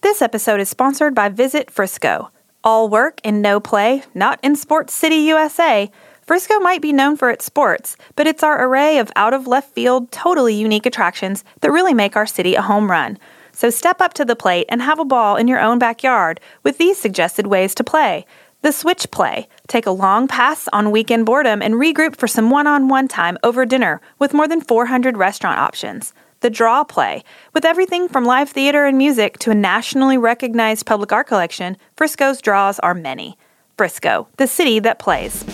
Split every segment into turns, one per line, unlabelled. This episode is sponsored by Visit Frisco. All work and no play, not in Sports City, USA. Frisco might be known for its sports, but it's our array of out of left field, totally unique attractions that really make our city a home run. So step up to the plate and have a ball in your own backyard with these suggested ways to play. The switch play. Take a long pass on weekend boredom and regroup for some one on one time over dinner with more than 400 restaurant options. The draw play. With everything from live theater and music to a nationally recognized public art collection, Frisco's draws are many. Frisco, the city that plays.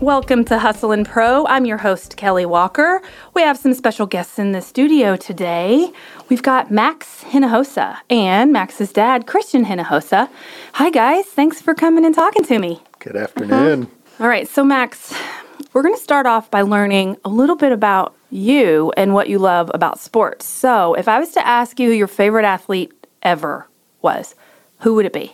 Welcome to Hustle and Pro. I'm your host, Kelly Walker. We have some special guests in the studio today. We've got Max Hinojosa and Max's dad, Christian Hinojosa. Hi, guys. Thanks for coming and talking to me.
Good afternoon.
All right, so Max, we're going to start off by learning a little bit about you and what you love about sports. So, if I was to ask you who your favorite athlete ever was, who would it be?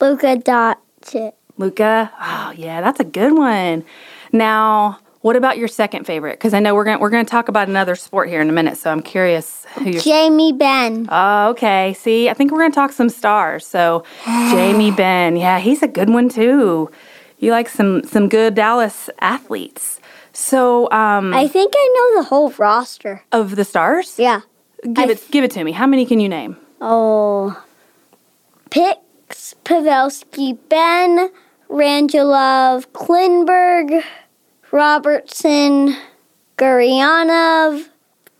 Luka Doncic.
Luca. Oh yeah, that's a good one. Now, what about your second favorite? Because I know we're gonna we're gonna talk about another sport here in a minute, so I'm curious who your.
Jamie Ben.
Oh, okay. See, I think we're gonna talk some stars. So, Jamie Ben, yeah, he's a good one too. You like some some good Dallas athletes. So, um,
I think I know the whole roster.
of the stars,
Yeah.
give it give it to me. How many can you name?
Oh. Pix, Pavelski, Ben, Rangelov, Klinberg, Robertson, Gurianov,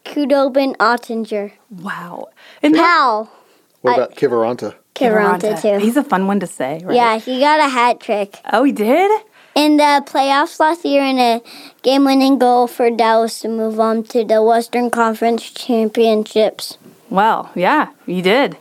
Kudobin, Ottinger.
Wow, and
Powell.
What about Kivaranta?
Kiviranta, too.
He's a fun one to say, right?
yeah, he got a hat trick.
Oh, he did.
In the playoffs last year, in a game winning goal for Dallas to move on to the Western Conference Championships.
Well, yeah, you did.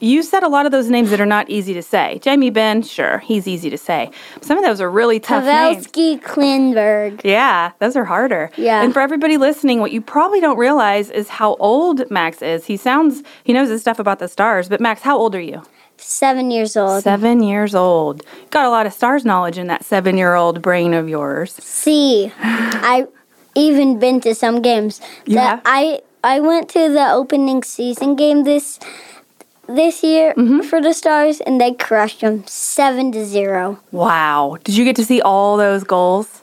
You said a lot of those names that are not easy to say. Jamie Ben, sure, he's easy to say. Some of those are really tough names.
Pavelski Klinberg.
Yeah, those are harder.
Yeah.
And for everybody listening, what you probably don't realize is how old Max is. He sounds, he knows his stuff about the stars, but Max, how old are you?
Seven years old.
Seven years old. Got a lot of stars knowledge in that seven year old brain of yours.
See, I even been to some games.
You
That
have?
I I went to the opening season game this this year
Mm-hmm.
for the Stars, and they crushed them seven to zero.
Wow. Did you get to see all those goals?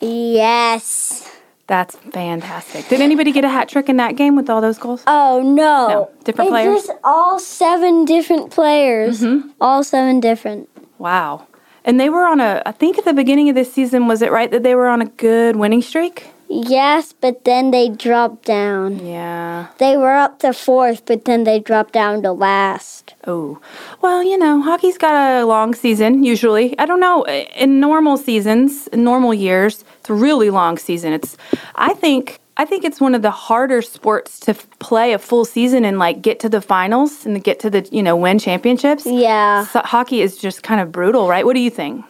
Yes.
That's fantastic. Did anybody get a hat trick in that game with all those goals?
Oh no.
No, different
it's
players? Mm-hmm.
Just all seven different players. All seven different.
Wow. And they were on a, I think at the beginning of this season, was it right that they were on a good winning streak?
Yes, but then they dropped down.
Yeah.
They were up to fourth, but then they dropped down to last.
Oh. Well, you know, hockey's got a long season usually. I don't know. In normal seasons, in normal years, it's a really long season. It's, I think. I think it's one of the harder sports to f- play a full season and like get to the finals and get to the, you know, win championships.
Yeah.
So hockey is just kind of brutal, right? What do you think?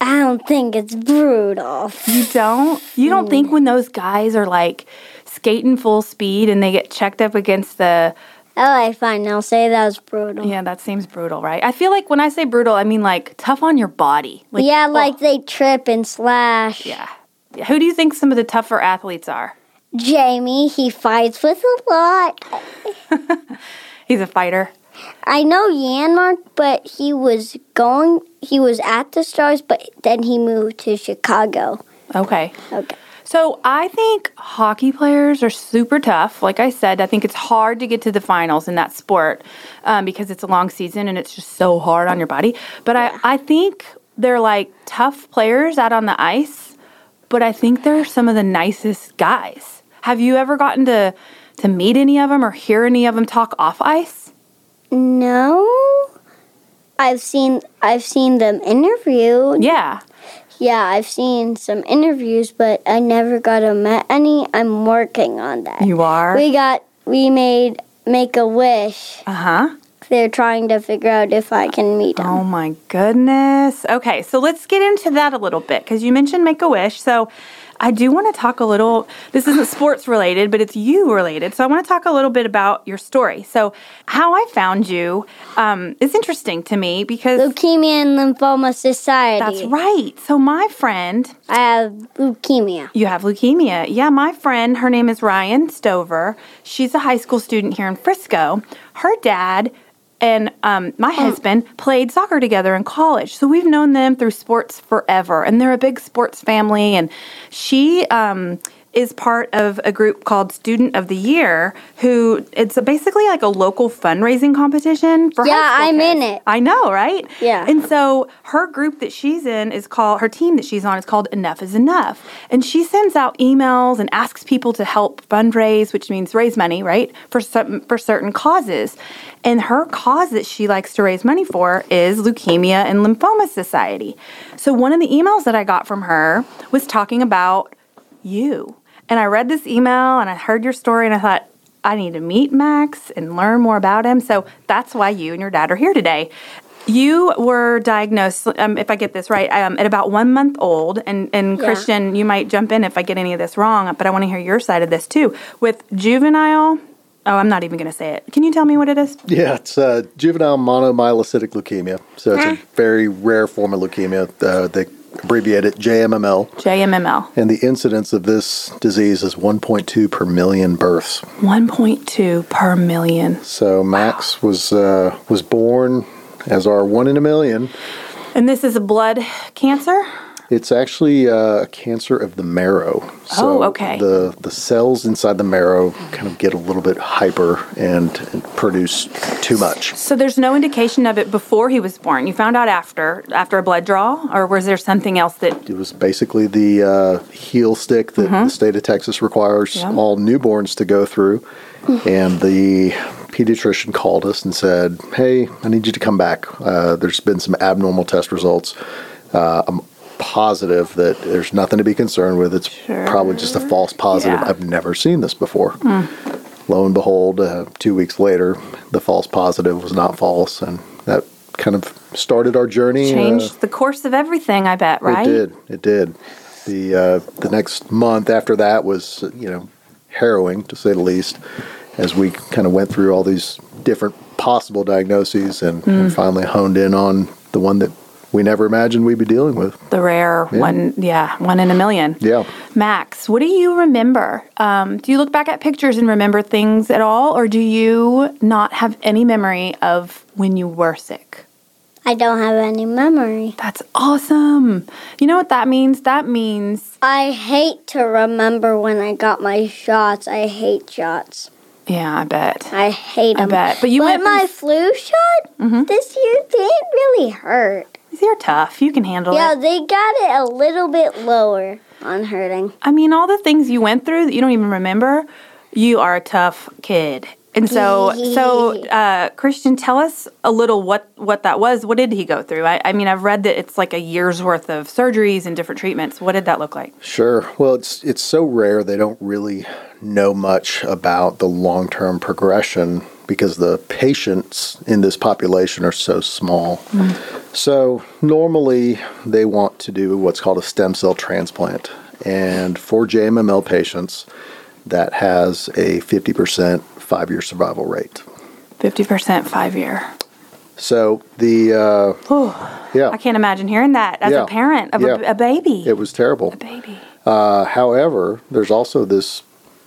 I don't think it's brutal.
You don't? You don't think when those guys are like skating full speed and they get checked up against the.
Okay, fine. I'll say that was brutal. Yeah,
Yeah, that seems brutal, right? I feel like when I say brutal, I mean like tough on your body. Like,
like, they trip and slash.
Yeah. Who do you think some of the tougher athletes are?
Jamie, he fights with a lot.
He's a fighter.
I know Yanmark, but he was going, he was at the Stars, but then he moved to Chicago.
Okay.
Okay.
So I think hockey players are super tough. Like I said, I think it's hard to get to the finals in that sport um, because it's a long season and it's just so hard on your body. But I, I think they're like tough players out on the ice, but I think they're some of the nicest guys. Have you ever gotten to to meet any of them or hear any of them talk off ice?
No. I've seen I've seen them interviewed.
Yeah.
Yeah, I've seen some interviews, but I never got to met any. I'm working on that.
You are?
We got we made make a wish.
Uh-huh.
They're trying to figure out if I can meet them.
Oh my goodness. Okay, so let's get into that a little bit because you mentioned Make a Wish. So I do want to talk a little. This isn't sports related, but it's you related. So I want to talk a little bit about your story. So how I found you um, is interesting to me because
Leukemia and Lymphoma Society.
that's right. So my friend,
I have leukemia.
you have leukemia. Yeah, my friend, her name is Ryan Stover. She's a high school student here in Frisco. Her dad and um,
Mm.
my husband played soccer together in college. So we've known them through sports forever. And they're a big sports family. And she um, is part of a group called Student of the Year, who it's a- basically like a local fundraising competition for high
Yeah,
school
I'm in
kids.
it.
I know, right?
Yeah.
And so her group that she's in is called, her team that she's on is called Enough is Enough. And she sends out emails and asks people to help fundraise, which means raise money, right? For, some, for certain causes. And her cause that she likes to raise money for is Leukemia and Lymphoma Society. So one of the emails that I got from her was talking about you. And I read this email and I heard your story and I thought, I need to meet Max and learn more about him. So that's why you and your dad are here today. You were diagnosed, um, if I get this right, um, at about one month old. And, and
Yeah.
Christian, you might jump in if I get any of this wrong, but I want to hear your side of this too. With juvenile, oh, I'm not even going to say it. Can you tell me what it is?
Yeah, it's uh, juvenile monomyelocytic leukemia. So it's a
Uh-huh.
very rare form of leukemia. Uh, they abbreviate it JMML.
JMML.
And the incidence of this disease is 1.2 per million births.
1.2 per million.
So Max was uh, was born as our one in a million.
And this is a blood cancer?
It's actually uh, a cancer of the marrow.
Oh,
So
okay.
The the cells inside the marrow kind of get a little bit hyper and, and produce too much.
So there's no indication of it before he was born. You found out after after a blood draw, or was there something else that?
It was basically the uh, heel stick that the state of Texas requires
Mm-hmm. Yeah.
all newborns to go through. and the pediatrician called us and said, "Hey, I need you to come back. Uh, there's been some abnormal test results. Uh, I'm positive that there's nothing to be concerned with. It's probably just a false positive.
Yeah. Hmm.
I've never seen this before." Lo and behold, uh, two weeks later, the false positive was not false, and that kind of started our journey. uh,
Changed the course of everything, I bet, right?
it did. It did. The uh, the next month after that was you know harrowing to say the least, as we kind of went through all these different possible diagnoses and, and finally honed in on the one that we never imagined we'd be dealing with.
The rare one, yeah, one in a million.
Yeah.
Max, what do you remember? Um, do you look back at pictures and remember things at all, or do you not have any memory of when you were sick?
I don't have any memory.
That's awesome. You know what that means? That means,
I hate to remember when I got my shots. I hate shots.
yeah, I bet.
I hate
I
them.
bet. But you
but
went through
my
s-
flu shot
Mm-hmm.
this year didn't really hurt.
You're tough. You can handle it.
Yeah, they got it a little bit lower on hurting.
I mean, all the things you went through that you don't even remember, you are a tough kid. And so, so uh, Christian, tell us a little what what that was. What did he go through? I, I mean, I've read that it's like a year's worth of surgeries and different treatments. What did that look like?
Sure. Well, it's it's so rare they don't really know much about the long term progression because the patients in this population are so small.
Mm.
So normally they want to do what's called a stem cell transplant, and for JMML patients, that has a fifty percent five year survival rate.
Fifty percent five year.
So the uh, yeah,
I can't imagine hearing that as
Yeah.
a parent of
Yeah.
a, a baby.
it was terrible.
a baby.
Uh, however, there's also this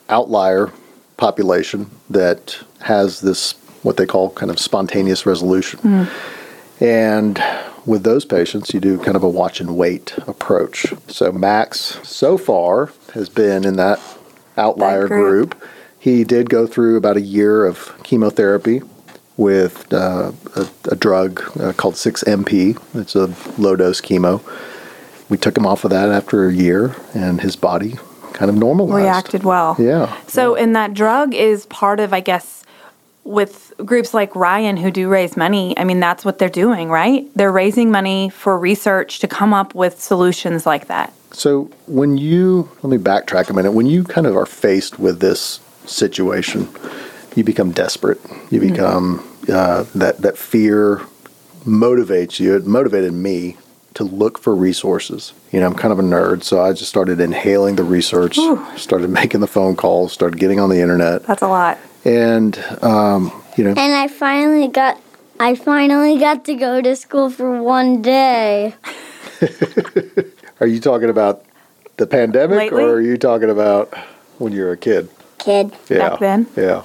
outlier population that has this what they call kind of spontaneous resolution. Hmm. And with those patients, you do kind of a watch and wait approach. So Max, so far, has been in that outlier
That group.
group. He did go through about a year of chemotherapy with uh, a, a drug uh, called 6MP. It's a low dose chemo. We took him off of that after a year, and his body kind of normalized.
Reacted well.
Yeah.
So, and that drug is part of, I guess, with groups like Ryan who do raise money. I mean, that's what they're doing, right? They're raising money for research to come up with solutions like that.
So when you let me backtrack a minute, when you kind of are faced with this situation, you become desperate. You become uh, that that fear motivates you. It motivated me to look for resources. You know, I'm kind of a nerd, so I just started inhaling the research, started making the phone calls, started getting on the internet,
That's a lot.
and um, you know,
And I finally got I finally got to go to school for one day.
are you talking about the pandemic,
Lately?
or are you talking about when you were a kid?
Kid.
yeah.
back then.
Yeah.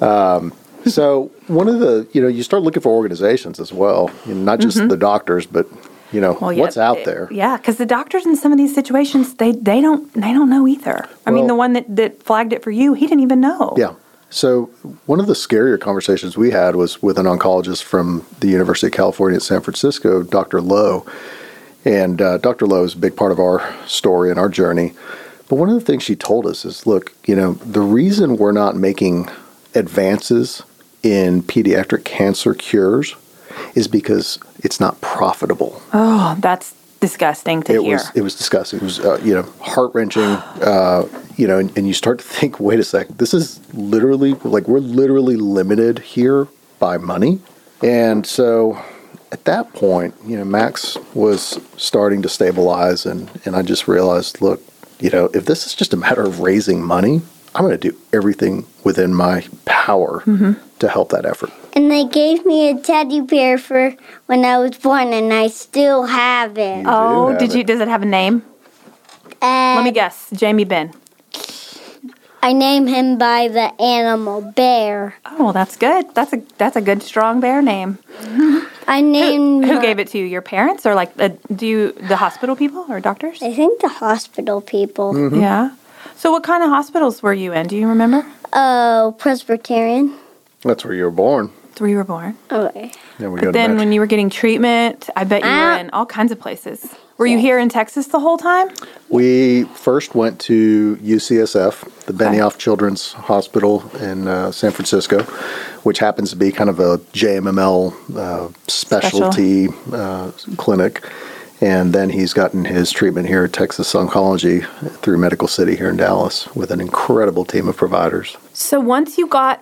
Um, so one of the you know you start looking for organizations as well, you know, not just the doctors, but you know
Mm-hmm. Well, yeah,
what's out
it-
there.
Yeah, because the doctors in some of these situations, they they don't they don't know either. I mean,
Well-
the one that that flagged it for you, he didn't even know.
Yeah. So one of the scarier conversations we had was with an oncologist from the University of California at San Francisco, Dr. Lowe. And uh, Dr. Lowe is a big part of our story and our journey. But one of the things she told us is, look, you know, the reason we're not making advances in pediatric cancer cures is because it's not profitable.
Oh, that's disgusting to
it
hear.
was it was disgusting. It was uh, you know heart wrenching. Uh, you know, and, and you start to think, wait a sec, this is literally like we're literally limited here by money, and so at that point, you know, Max was starting to stabilize, and and I just realized, look, you know, if this is just a matter of raising money, I'm going to do everything within my power
Mm-hmm.
to help that effort.
And they gave me a teddy bear for when I was born and I still have it.
do
oh,
have
did you?
it.
Does it have a name?
and
Let me guess. Jamie Ben.
I name him by the animal bear.
Oh, that's good. That's a that's a good strong bear name.
I named
Who gave it to you? Your parents or like the, do you the hospital people or doctors?
I think the hospital people.
Mm. Yeah. So what kind of hospitals were you in? Do you remember?
Oh, Presbyterian.
That's where you were born.
Where you were born.
Okay.
Then we go
But
to
then
Max.
when you were getting treatment, I bet you were
Ah.
in all kinds of places. Were you here in Texas the whole time?
We first went to UCSF, the Benioff Children's Hospital in uh, San Francisco, which happens to be kind of a JMML uh, specialty Uh, clinic. And then he's gotten his treatment here at Texas Oncology through Medical City here in Dallas with an incredible team of providers.
So once you got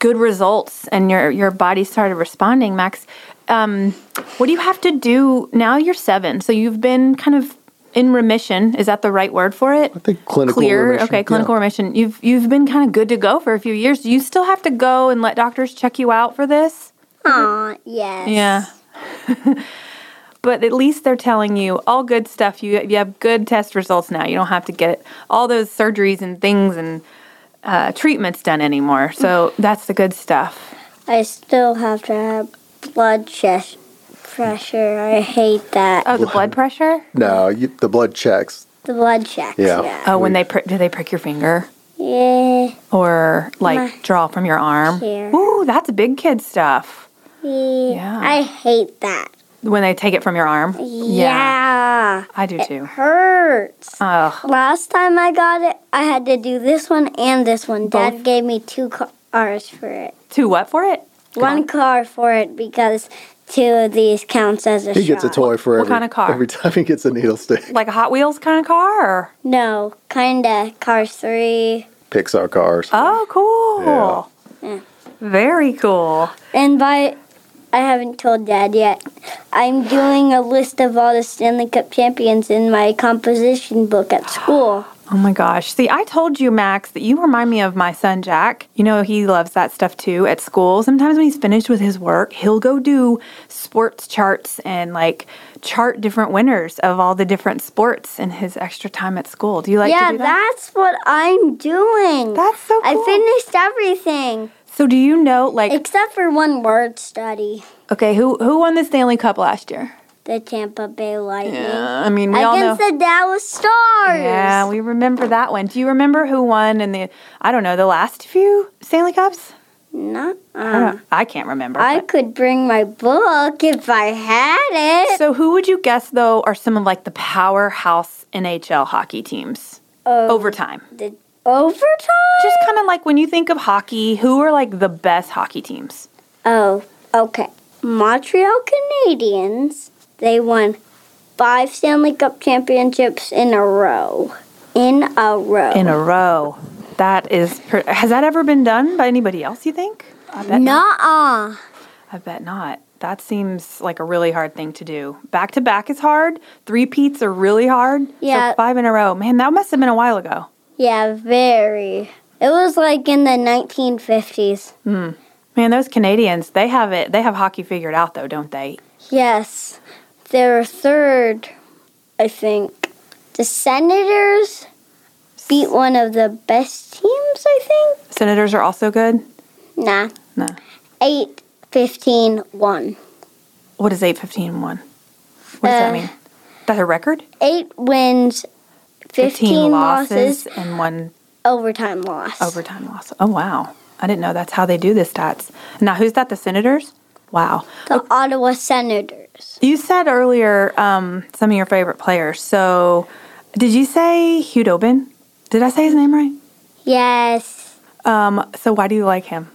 good results and your your body started responding, Max, um, what do you have to do now? You're seven, so you've been kind of in remission. Is that the right word for it? I
think clinical
clear.
remission,
Okay, clinical
yeah.
remission. You've you've been kind of good to go for a few years. Do you still have to go and let doctors check you out for this?
Aw, yes.
Yeah. but at least they're telling you all good stuff. You you have good test results now. You don't have to get all those surgeries and things and uh, treatments done anymore. So that's the good stuff.
I still have to have blood chest pressure. I hate that.
Oh, the blood pressure.
No, you, the blood checks.
The blood checks.
Yeah.
Yeah.
Oh, when they prick, do they prick your finger
Yeah.
or
My-
like draw from your arm?
Here.
Ooh, that's big kid stuff.
Yeah.
Yeah.
I hate that.
When they take it from your arm.
Yeah.
I do too.
Hurts.
Ugh.
Last time I got it, I had to do this one and this one.
Both?
Dad gave me two cars for it.
To what for it?
One car for it because two of these counts as a
He gets a
shot.
toy for
What
every,
kind of car?
every time he gets a needle stick.
Like a Hot Wheels kind of car? Or?
No, kinda. Car three.
Pixar cars.
Oh, cool. Very cool.
And by, I haven't told Dad yet. I'm doing a list of all the Stanley Cup champions in my composition book at school.
Oh my gosh. See, I told you, Max, that you remind me of my son, Jack. You know, he loves that stuff too at school. Sometimes when he's finished with his work, he'll go do sports charts and like chart different winners of all the different sports in his extra time at school. Do you like
yeah,
to do that?
that's what I'm doing.
That's so
I
cool.
finished everything
so, do you know, like,
except for one word study.
okay, who, who won the Stanley Cup last year?
The Tampa Bay Lightning
I mean, we all know.
against the Dallas Stars.
Yeah, we remember that one. Do you remember who won in the, I don't know, the last few Stanley Cups?
Nuh-uh.
I don't- I can't remember.
I
but-
could bring my book if I had it.
So, who would you guess though are some of like the powerhouse NHL hockey teams
Oh,
over time?
the overtime.
Just kind of like when you think of hockey, who are like the best hockey teams?
Oh, okay. Montreal Canadiens, they won five Stanley Cup championships in a row. In a row.
In a row. That is. Per- Has that ever been done by anybody else? You think? I bet.
Nuh-uh.
I bet not. That seems like a really hard thing to do. Back to back is hard. Three peats are really hard.
Yeah.
So five in a row. Man, that must have been a while ago.
Yeah, very. It was like in the 1950s.
Man, those Canadians, they have it. They have hockey figured out though, don't they?
Yes, they're third, I think. The Senators beat one of the best teams, I think.
Senators are also good.
Nah,
No.
8 15 1.
What is 815 1? What does that
Uh,
mean? That's a record?
8 wins, 15, losses,
and one
overtime loss.
overtime loss. Oh, wow. I didn't know that's how they do the stats. Now, who's that? The Senators? Wow.
the Ottawa Senators.
You said earlier um, some of your favorite players. So, did you say Hugh Dobin? Did I say his name right?
Yes,
Um, so, why do you like him?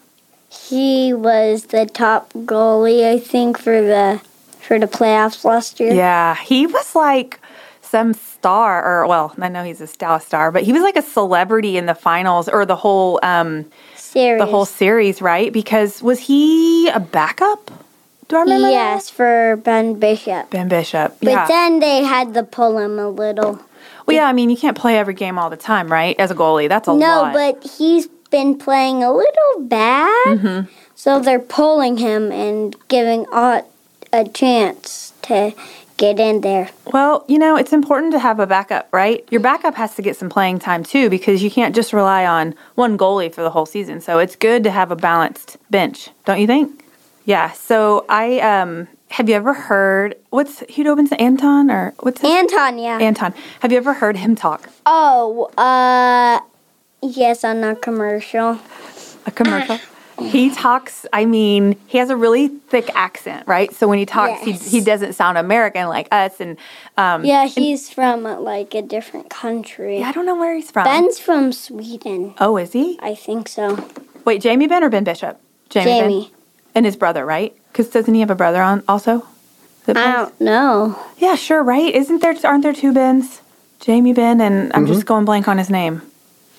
he was the top goalie, I think, for the for the playoffs last year.
Yeah, he was like some star, or well, I know he's a star star, but he was like a celebrity in the finals or the whole um,
Series.
the whole series, right? Because was he a backup? Do I remember? that?
Yes, for Ben Bishop.
Ben Bishop.
But
yeah.
then they had to pull him a little.
well, yeah. I mean, you can't play every game all the time, right? As a goalie, that's a
no,
lot.
but he's been playing a little bad.
Mm-hmm.
So they're pulling him and giving Ott a chance to get in there.
Well, you know, it's important to have a backup, right? Your backup has to get some playing time too because you can't just rely on one goalie for the whole season. So it's good to have a balanced bench, don't you think? Yeah. So I um have you ever heard what's Hugh Dobin's Anton or what's his,
Anton, yeah.
Anton? Have you ever heard him talk?
oh, uh, yes, on a commercial.
a commercial. He talks, I mean, he has a really thick accent, right? So when he talks,
Yes.
he, he doesn't sound American like us. And um,
Yeah, he's from uh, like a different country.
I don't know where he's from.
Ben's from Sweden.
Oh, is he?
I think so.
Wait, Jamie Ben or Ben Bishop? Ben?
Jamie.
And his brother, right? Because doesn't he have a brother on also? that
I
plays?
don't know.
Yeah, sure, right? Isn't there, aren't there two Bens? Jamie Ben, and I'm
Mm-hmm.
just going blank on his name.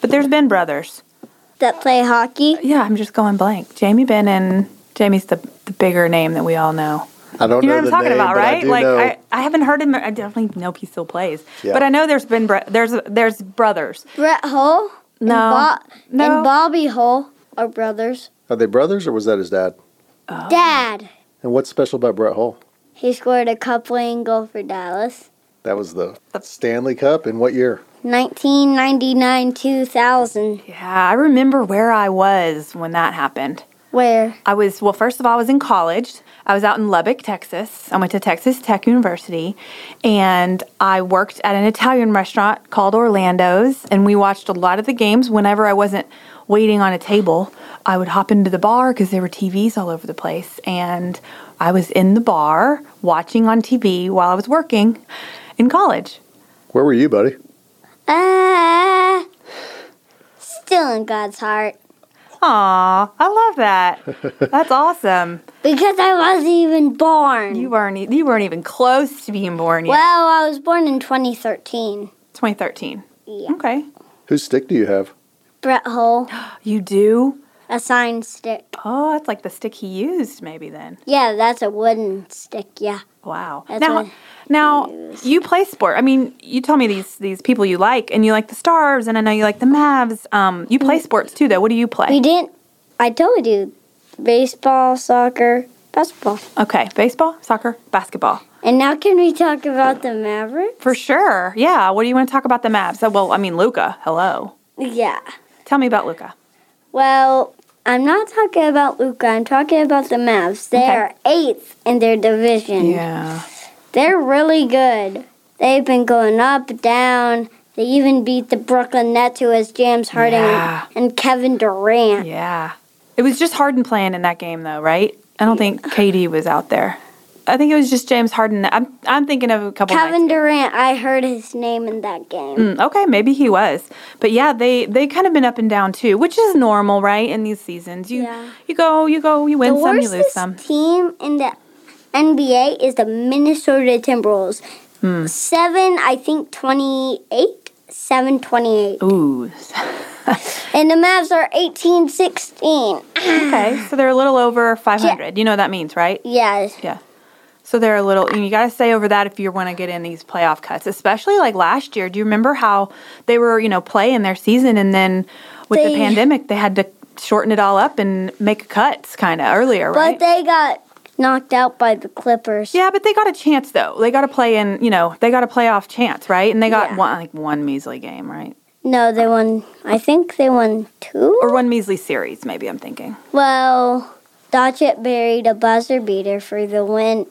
But there's Ben brothers.
That play hockey?
Yeah, I'm just going blank. Jamie Ben and Jamie's the, the bigger name that we all know.
I don't
You know
know,
what I'm
the
talking
name,
about,
but
right?
I do
like
know.
I, I haven't heard him. I definitely know he still plays,
Yeah.
but I know there's been bro- there's there's brothers.
Brett Hull?
No.
And,
No.
and Bobby Hull are brothers.
Are they brothers or was that his dad?
Oh.
Dad.
And what's special about Brett Hull?
He scored a cup winning goal for Dallas.
That was the Stanley Cup in what year?
1999 2000.
Yeah, I remember where I was when that happened.
Where?
I was well. First of all, I was in college. I was out in Lubbock, Texas. I went to Texas Tech University, and I worked at an Italian restaurant called Orlando's. And we watched a lot of the games. Whenever I wasn't waiting on a table, I would hop into the bar because there were TVs all over the place, and I was in the bar watching on TV while I was working in college.
Where were you, buddy?
Ah. Still in God's heart.
Aw, I love that. That's awesome.
Because I wasn't even born.
You weren't e- you weren't even close to being born yet.
well, I was born in 2013.
2013.
Yeah.
Okay.
Whose stick do you have?
Brett Hull,
You do?
a sign stick.
Oh, that's like the stick he used, maybe then.
Yeah, that's a wooden stick, yeah.
Wow.
That's what
now,
he
now you play sport. I mean, you tell me these these people you like, and you like the Stars, and I know you like the Mavs. Um, you play sports too, though. What do you play?
Mm. We didn't. I told you, baseball, soccer, basketball.
okay, baseball, soccer, basketball,
And now can we talk about the Mavericks?
for sure. Yeah. What do you want to talk about the Mavs? Uh, Well, I mean, Luca. Hello.
Yeah.
Tell me about Luca.
Well, I'm not talking about Luca. I'm talking about the Mavs. They
Okay.
are eighth in their division.
Yeah.
They're really good. They've been going up, down. They even beat the Brooklyn Nets, who has James Harden
Yeah.
and Kevin Durant.
Yeah. It was just Harden playing in that game, though, right? I don't think KD was out there. I think it was just James Harden. I'm I'm thinking of a couple. nights
Kevin Durant, I heard his name in that game.
Mm, Okay, maybe he was. But yeah, they they kind of been up and down too, which is normal, right? In these seasons, you
Yeah.
you go, you go, you win
the
some, you
worst
lose some.
team in the NBA is the Minnesota Timberwolves.
Hmm.
Seven, I think twenty-eight. Seven twenty-eight.
Ooh.
And the Mavs are eighteen sixteen.
Okay, so they're a little over 500. You know what that means, right?
Yes.
Yeah. So they're a little, and you got to stay over that if you want to get in these playoff cuts, especially like last year. Do you remember how they were, you know, playing their season and then with the
They-
pandemic, they had to shorten it all up and make cuts kind of earlier, right?
But they got knocked out by the Clippers.
yeah, but they got a chance though. They got to play in, you know, they got a playoff chance, right? And they got
Yeah.
one, like one measly game, right?
No, they won. I think they won two.
Or one measly series, maybe I'm thinking.
well, Dodgett buried a buzzer beater for the win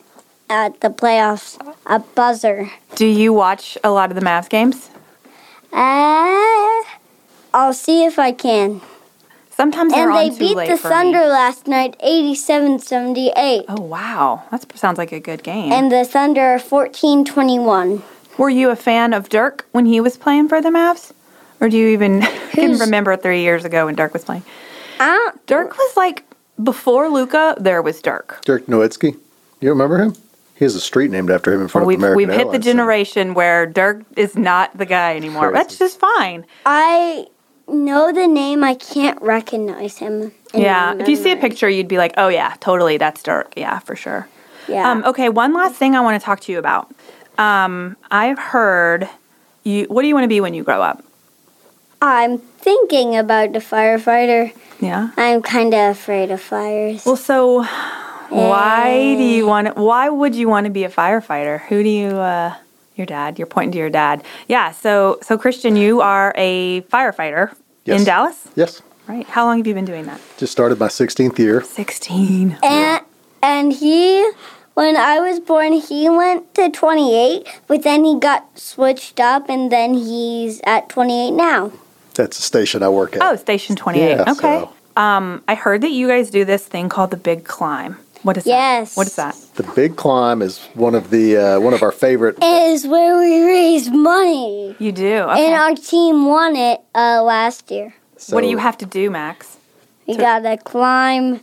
at the playoffs. A buzzer.
Do you watch a lot of the Mavs games?
Uh, I'll see if I can.
Sometimes they're
and
on
they
too
beat
late
the
for me.
Thunder last night, 87-78.
Oh wow, that sounds like a good game.
And the Thunder are 14-21.
Were you a fan of Dirk when he was playing for the Mavs? Or do you even can
Who's-
remember three years ago when Dirk was playing?
I don't-
Dirk was like before Luca, there was Dirk.
Dirk Nowitzki. You remember him? He has a street named after him in front
We've
of American
we've hit the
Airlines, so-
generation where Dirk is not the guy anymore.
Crazy.
That's just fine.
I know the name. I can't recognize him. in
yeah.
my
If you see a
memory.
picture, you'd be like, oh yeah, totally, that's Dirk. Yeah, for sure.
Yeah.
Um, okay, one last thing I want to talk to you about. Um, I've heard you. What do you want to be when you grow up?
I'm thinking about the firefighter.
Yeah.
I'm kind of afraid of fires.
Well, so why do you want? To, why would you want to be a firefighter? Who do you? Uh, your dad. You're pointing to your dad. Yeah. So, so Christian, you are a firefighter in
Yes.
Dallas,
Yes.
right? How long have you been doing that?
Just started my 16th year.
Sixteen.
and and he, when I was born, he went to 28, but then he got switched up, and then he's at 28 now.
That's the station I work at.
Oh, Station Twenty Eight.
Yeah,
okay.
so-
Um, I heard that you guys do this thing called the Big Climb. What is
Yes.
that? What is that?
The Big Climb is one of the uh, one of our favorite.
Is where we raise money,
You do. Okay.
and our team won it uh, last year.
what do
so-
you have to do, Max?
We gotta climb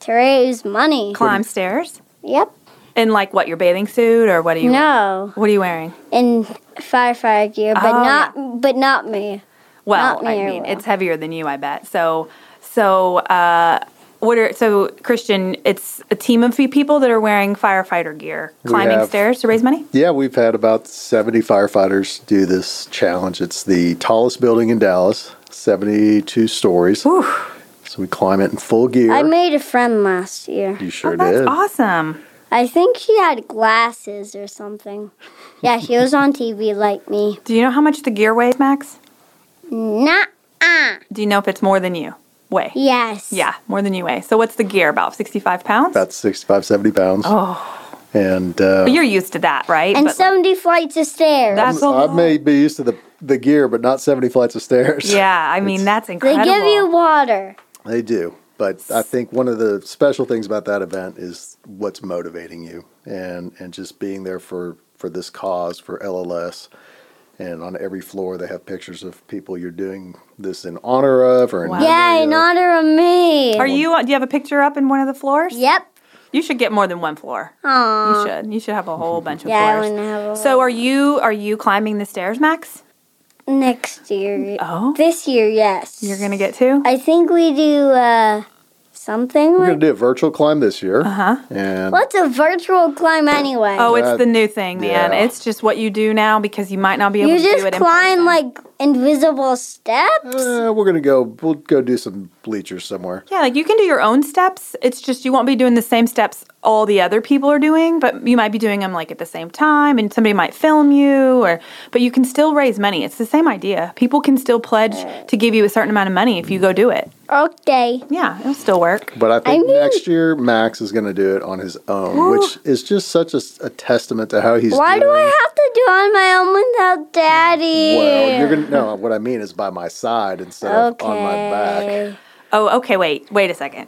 to raise money.
Climb stairs
Yep.
in like what your bathing suit or what are you?
No,
What are you wearing?
in firefighter gear, but
Oh,
not but not me.
Well,
Not
I
me,
mean,
well.
it's heavier than you, I bet. So, so uh, what are so Christian? It's a team of people that are wearing firefighter gear,
We
climbing
have-
stairs to raise money.
Yeah, we've had about 70 firefighters do this challenge. It's the tallest building in Dallas, 72 stories. So we climb it in full gear.
I made a friend last year.
you sure
oh, that's
did.
awesome.
I think she had glasses or something. Yeah, she was on TV like me.
Do you know how much the gear weighs, Max?
Nah.
Do you know if it's more than you weigh?
Yes.
Yeah, more than you weigh. So what's the gear about? Sixty-five pounds.
About 65, 70 pounds.
oh,
And uh,
but you're used to that, right?
And
But, like,
seventy flights of stairs.
That's-
I may be used to the, the gear, but not 70 flights of stairs.
yeah, I mean
It's-
that's
they
incredible.
give you water.
They do. But I think one of the special things about that event is what's motivating you and, and just being there for, for this cause, for LLS. And on every floor, they have pictures of people you're doing this in honor of or in
Wow.
memory
Yeah,
of.
in honor of me.
Are you? Do you have a picture up in one of the floors?
Yep.
You should get more than one floor.
Aw.
You should. You should have a whole bunch of
Uh-huh. Yeah, I
floors.
wanna have a
so are you are you climbing the stairs, Max?
Next year.
Oh.
This year, yes.
You're gonna get to?
I think we do uh something
We're
like
going to do a virtual climb this year.
Uh-huh.
And
what's a virtual climb anyway?
Oh, it's
That-
the new thing, man.
yeah.
It's just what you do now because you might not be able
You
to do
just
it
climb
in person.
like invisible steps?
uh, we're going to go, we'll go do some bleachers somewhere.
Yeah, like you can do your own steps. It's just you won't be doing the same steps all the other people are doing, but you might be doing them like at the same time and somebody might film you or but you can still raise money. It's the same idea. People can still pledge to give you a certain amount of money if you go do it.
Okay.
Yeah, it'll still work.
But I think
mean-
next year, Max is going to do it on his own, which is just such a, s- a testament to how he's
Why
doing.
do I have to do it on my own without daddy?
Well, you're gonna no. What I mean is by my side instead
okay.
of on my back.
Oh, okay, wait, wait a second.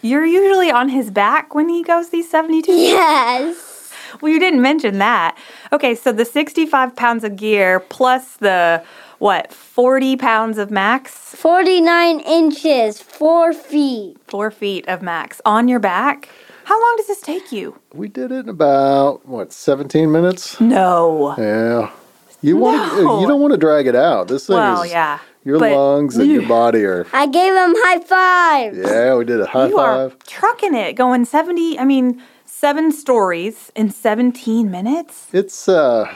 You're usually on his back when he goes these 72?
Yes.
Well, you didn't mention that. Okay, so the 65 pounds of gear plus the, what, 40 pounds of max?
49 inches, 4 feet.
Four feet of max on your back? How long does this take you?
We did it in about what 17 minutes.
No.
Yeah, you want
No.
you don't want to drag it out. This thing
Well,
is
yeah.
Your
But-
lungs and your body are.
I gave him high five.
Yeah, we did a high
you
five.
are trucking it, going 70, I mean, seven stories in 17 minutes.
It's uh,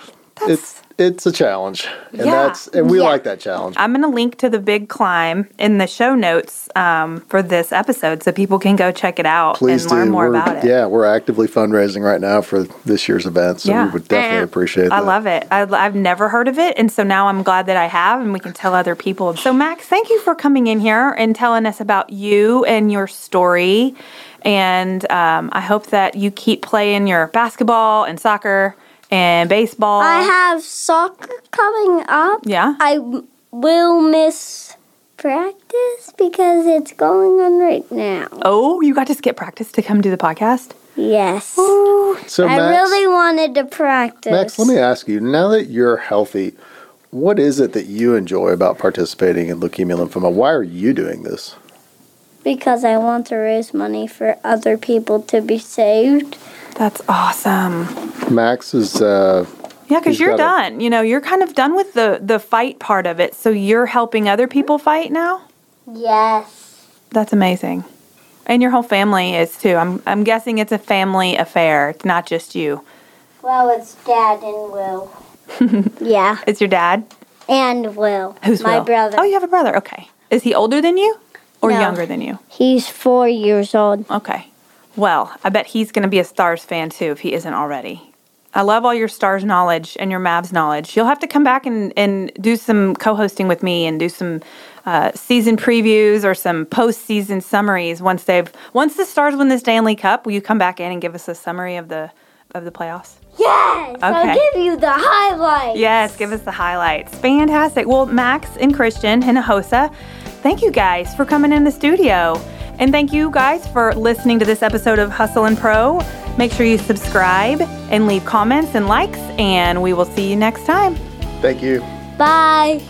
it's it's a challenge, and
Yeah.
that's and we
Yeah.
like that challenge.
I'm going to link to the big climb in the show notes um, for this episode so people can go check it out
Please
and
do.
learn more
we're,
about it.
Yeah, we're actively fundraising right now for this year's event, so
Yeah.
we would definitely appreciate that.
I love it. I, I've never heard of it. And so now I'm glad that I have, and we can tell other people. So, Max, thank you for coming in here and telling us about you and your story. And um, I hope that you keep playing your basketball and soccer and baseball.
I have soccer coming up.
yeah.
I w- will miss practice because it's going on right now.
oh, you got to skip practice to come do the podcast?
Yes.
So
I
Max,
really wanted to practice.
Max, let me ask you. Now that you're healthy, what is it that you enjoy about participating in leukemia lymphoma? Why are you doing this?
Because I want to raise money for other people to be saved.
That's awesome.
Max is uh,
Yeah, because
He's
you're
got
done. You know, you're kind of done with the, the fight part of it. So you're helping other people fight now?
Yes.
That's amazing. And your whole family is too. I'm I'm guessing it's a family affair. It's not just you.
Well, it's Dad and Will. yeah,
It's your dad.
and Will.
Who's
my
Will?
brother?
Oh, you have a brother. Okay. Is he older than you or
No.
younger than you?
He's four years old.
Okay. Well, I bet he's going to be a Stars fan too if he isn't already. I love all your Stars knowledge and your Mavs knowledge. You'll have to come back and, and do some co hosting with me and do some uh, season previews or some postseason summaries once they've once the Stars win the Stanley Cup. Will you come back in and give us a summary of the of the playoffs?
Yes, I'll
Okay.
give you the highlight.
Yes, give us the highlights. Fantastic. Well, Max and Christian and Ahosa, thank you guys for coming in the studio. And thank you guys for listening to this episode of Hustle and Pro. Make sure you subscribe and leave comments and likes, and we will see you next time.
thank you.
Bye.